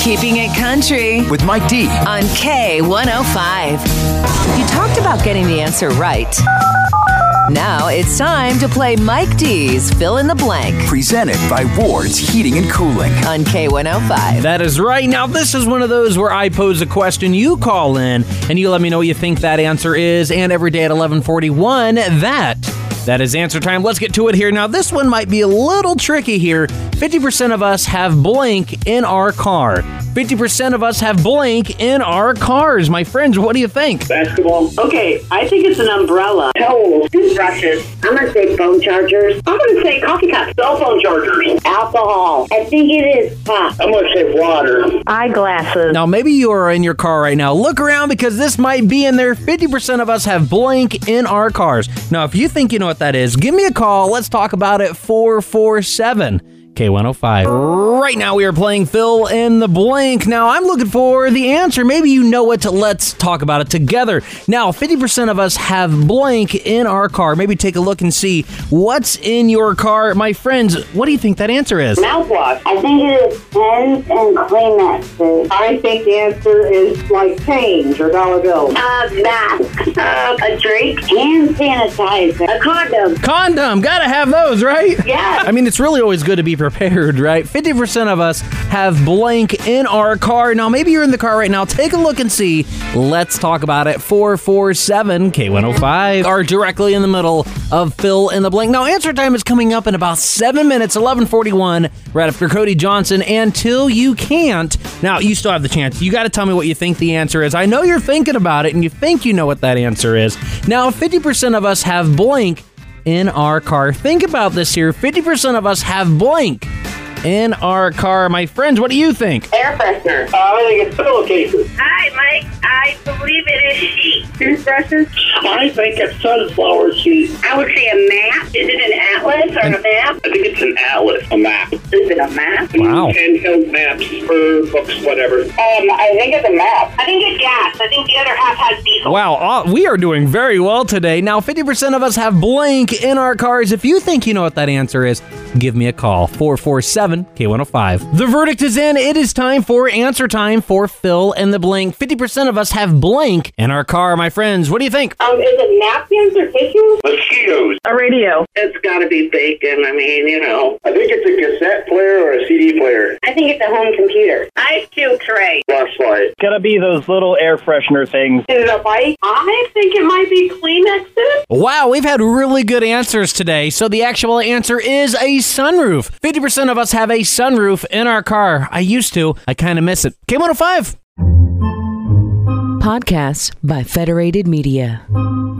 Keeping it country with Mike D. on K105. You talked about getting the answer right. Now it's time to play Mike D's Fill in the Blank Presented by Ward's Heating and Cooling. on K105. That is right. Now, this is one of those where I pose a question, you call in, and you let me know what you think that answer is. And every day at 1141, that, that is answer time. Let's get to it here. Now, this one might be a little tricky here. 50% of us have blank in our car. 50% of us have blank in our cars. My friends, what do you think? Basketball. Okay, I think it's an umbrella. Towels. Toothbrushes. I'm gonna say phone chargers. I'm going to say coffee cup. Cell phone chargers. Alcohol. I think it is pop. I'm going to say water. Eyeglasses. Now, maybe you are in your car right now. Look around because this might be in there. 50% of us have blank in our cars. Now, if you think you know what that is, give me a call. Let's talk about it 447 K105. Right now, we are playing fill in the blank. Now, I'm looking for the answer. Maybe you know it. Let's talk about it together. Now, 50% of us have blank in our car. Maybe take a look and see what's in your car. My friends, what do you think that answer is? Mouthwash. I think it is pens and Kleenexes. I think the answer is like change or dollar bill. A mask. Uh, a drink. Hand sanitizer. A condom. Condom, gotta have those, right? Yes. I mean, it's really always good to be prepared, right? 50% of us have blank in our car. Now, maybe you're in the car right now. Take a look and see. Let's talk about it. 447 K105 are directly in the middle of fill in the blank. Now, answer time is coming up in about seven minutes, 1141, right after Cody Johnson. Until you can't, now you still have the chance. You gotta tell me what you think the answer is. I know you're thinking about it and you think you know what that answer is. Now, 50% of us have blank in our car. Think about this here 50% of us have blank in our car. My friends, what do you think? Air freshener. Uh, I think it's pillowcases. Hi, Mike. I believe it is sheep. Toothbrushes. I think it's sunflower seeds. I would say a map. Is it an atlas or a map? I think it's an atlas. A map. Is it a map? Wow. Handheld maps for books, whatever. Um, I think it's a map. I think it's gas. I think the other half has diesel. Wow, uh, we are doing very well today. Now, 50% of us have blank in our cars. If you think you know what that answer is, give me a call 447 K105. The verdict is in. It is time for answer time for Phil and the blank. 50% of us have blank in our car. My friends, what do you think? Um, is it napkins or tissues? Mosquitoes. A radio. It's got to be bacon. I mean, you know. I think it's a cassette player or a CD player. I think it's a home computer. Ice cube tray. Flashlight. gotta be those little air freshener things. Is it a bike? I think it might be Kleenexes. Wow, we've had really good answers today. So the actual answer is a sunroof. 50% of us have a sunroof in our car. I used to. I kind of miss it. K105. Podcasts by Federated Media.